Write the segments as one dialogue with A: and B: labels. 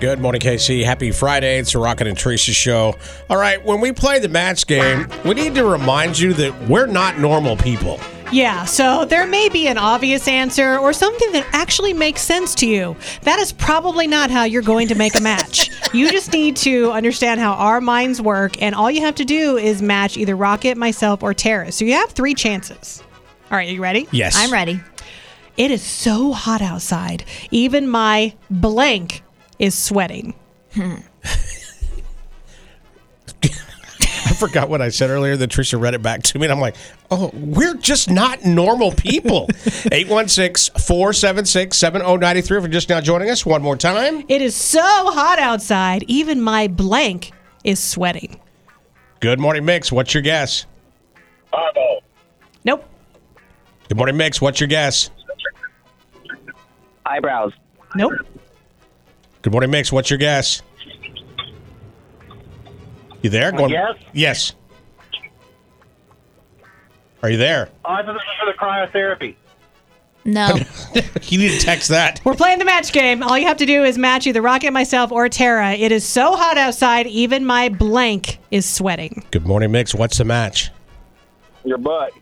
A: Good morning, KC. Happy Friday. It's the Rocket and Teresa show. All right, when we play the match game, we need to remind you that we're not normal people.
B: Yeah, so there may be an obvious answer or something that actually makes sense to you. That is probably not how you're going to make a match. you just need to understand how our minds work, and all you have to do is match either Rocket, myself, or Tara. So you have three chances. All right, are you ready?
A: Yes.
C: I'm ready.
B: It is so hot outside. Even my blank is sweating.
A: I forgot what I said earlier. Then Trisha read it back to me, and I'm like, oh, we're just not normal people. 816 476 7093. If you're just now joining us, one more time.
B: It is so hot outside. Even my blank is sweating.
A: Good morning, Mix. What's your guess?
D: Fireball.
B: Nope.
A: Good morning, Mix. What's your guess?
D: Eyebrows.
B: Nope.
A: Good morning, Mix. What's your guess? You there? Going-
D: guess?
A: Yes. Are you there?
D: I thought this was for the cryotherapy.
C: No.
A: You need to text that.
B: We're playing the match game. All you have to do is match either Rocket, myself, or Tara. It is so hot outside, even my blank is sweating.
A: Good morning, Mix. What's the match?
D: Your butt.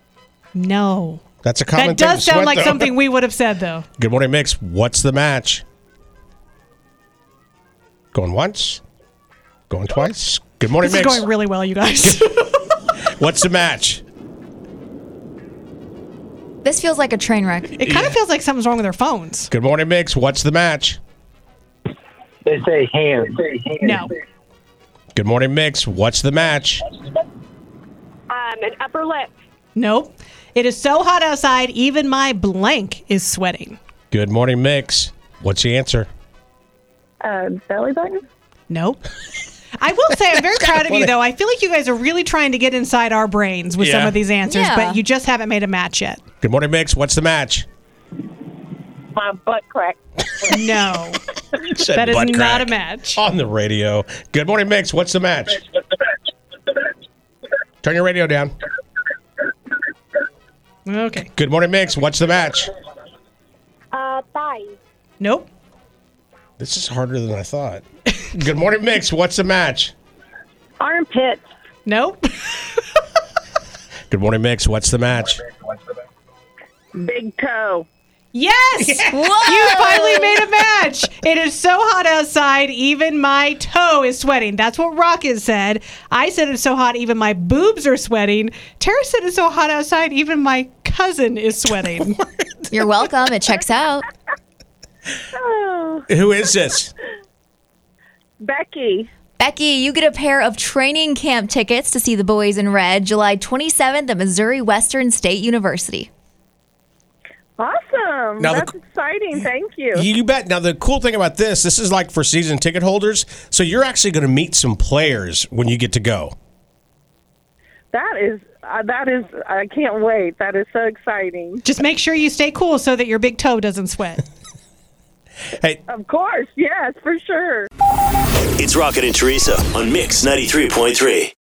B: No.
A: That's a common
B: That
A: thing. to
B: does sound
A: sweat,
B: like
A: though.
B: something we would have said, though.
A: Good morning, Mix. What's the match? Going once, going twice. Good morning,
B: This is
A: Mix.
B: going really well, you guys.
A: What's the match?
C: this feels like a train wreck.
B: it kind of feels like something's wrong with our phones.
A: Good morning, Mix. What's the match?
D: They say hands.
B: No.
A: Good morning, Mix. What's the match?
E: Um, an upper lip.
B: Nope. It is so hot outside, even my blank is sweating.
A: Good morning, Mix. What's the answer?
E: Uh, belly button.
B: Nope. I will say I'm very proud of
A: funny.
B: you, though. I feel like you guys are really trying to get inside our brains with
A: Yeah.
B: some of these answers,
C: Yeah.
B: but you just haven't made a match yet.
A: Good morning, Mix. What's the match?
E: My butt crack.
B: No,
A: Said
B: that is
A: butt
B: not
A: crack
B: a match.
A: On the radio. Good morning, Mix. What's the match? Turn your radio down.
B: Okay.
A: Good morning, Mix. What's the match?
E: Uh, thighs.
B: Nope.
A: This is harder than I thought. Good morning, Mix. What's the match?
E: Armpits.
B: Nope.
A: Good morning, Mix. What's the match?
E: Big toe.
B: Yes!
C: Whoa!
B: You finally made a match. It is so hot outside, even my toe is sweating. That's what Rocket said. I said it's so hot, even my boobs are sweating. Tara said it's so hot outside, even my cousin is sweating.
C: You're welcome. It checks out.
E: Oh,
A: Who is this?
E: Becky.
C: Becky, you get a pair of training camp tickets to see the boys in red July 27th at Missouri Western State University.
E: Awesome.
A: Now the-
E: That's exciting. Thank you.
A: You, you bet. Now, the cool thing about this, this is like for season ticket holders. So you're actually going to meet some players when you get to go.
E: That is. Uh, that is. I can't wait. That is so exciting.
B: Just make sure you stay cool so that your big toe doesn't sweat.
A: Hey,
E: Of course. Yes. For sure.
F: It's Rocket and Teresa on Mix 93.3.